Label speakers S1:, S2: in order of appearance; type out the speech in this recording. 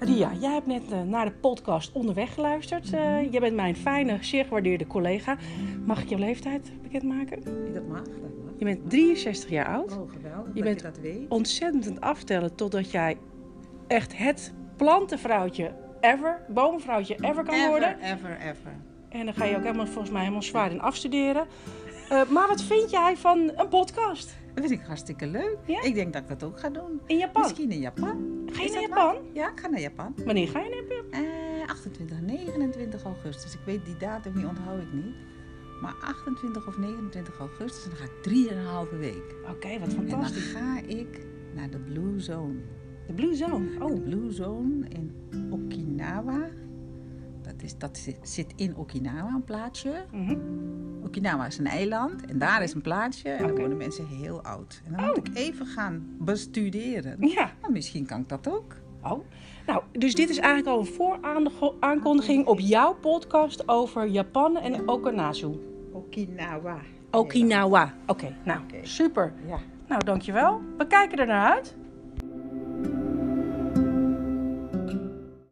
S1: Lia, jij hebt net eh, naar de podcast onderweg geluisterd. Eh, jij bent mijn fijne, zeer gewaardeerde collega. Mag ik jouw leeftijd bekendmaken?
S2: Dat mag, dat mag.
S1: Je bent 63 jaar oud.
S2: Oh, geweldig
S1: Je
S2: dat
S1: bent-
S2: je dat weet.
S1: Ontzettend aan het aftellen totdat jij echt het plantenvrouwtje ever, bomenvrouwtje ever kan worden.
S2: Ever, ever, ever.
S1: En dan ga je ook helemaal, volgens mij helemaal zwaar in afstuderen. Eh, maar wat vind jij van een podcast
S2: Dat vind ik hartstikke leuk.
S1: Ja?
S2: Ik denk dat ik dat ook ga doen.
S1: in Japan?
S2: Misschien in Japan.
S1: Ga je
S2: Is
S1: naar
S2: dat
S1: Japan?
S2: waar? Ja, ik ga naar Japan.
S1: Wanneer ga je naar Japan?
S2: Eh, 28, 29 augustus. Ik weet die datum niet, onthoud ik niet. Maar 28 of 29 augustus, en dan ga ik 3,5 week.
S1: Oké, wat
S2: En dan
S1: fantastisch.
S2: ga ik naar de Blue Zone.
S1: De Blue Zone.
S2: De
S1: Oh,
S2: Blue Zone in Okinawa. Dat, is, dat zit- zit in Okinawa, een plaatsje.
S1: mhm.
S2: Okinawa is een eiland en daar is een plaatsje en daar
S1: Oké.
S2: wonen mensen heel oud. En dan
S1: Oh.
S2: moet ik even gaan bestuderen.
S1: ja.
S2: Nou, misschien kan ik dat ook.
S1: Oh, nou, dus dit is eigenlijk al een vooraankondiging op jouw podcast over Japan en Okanazu.
S2: Okinawa.
S1: Okinawa. Oké, nou,
S2: Oké.
S1: super.
S2: Ja.
S1: Nou, dankjewel. We kijken er naar uit.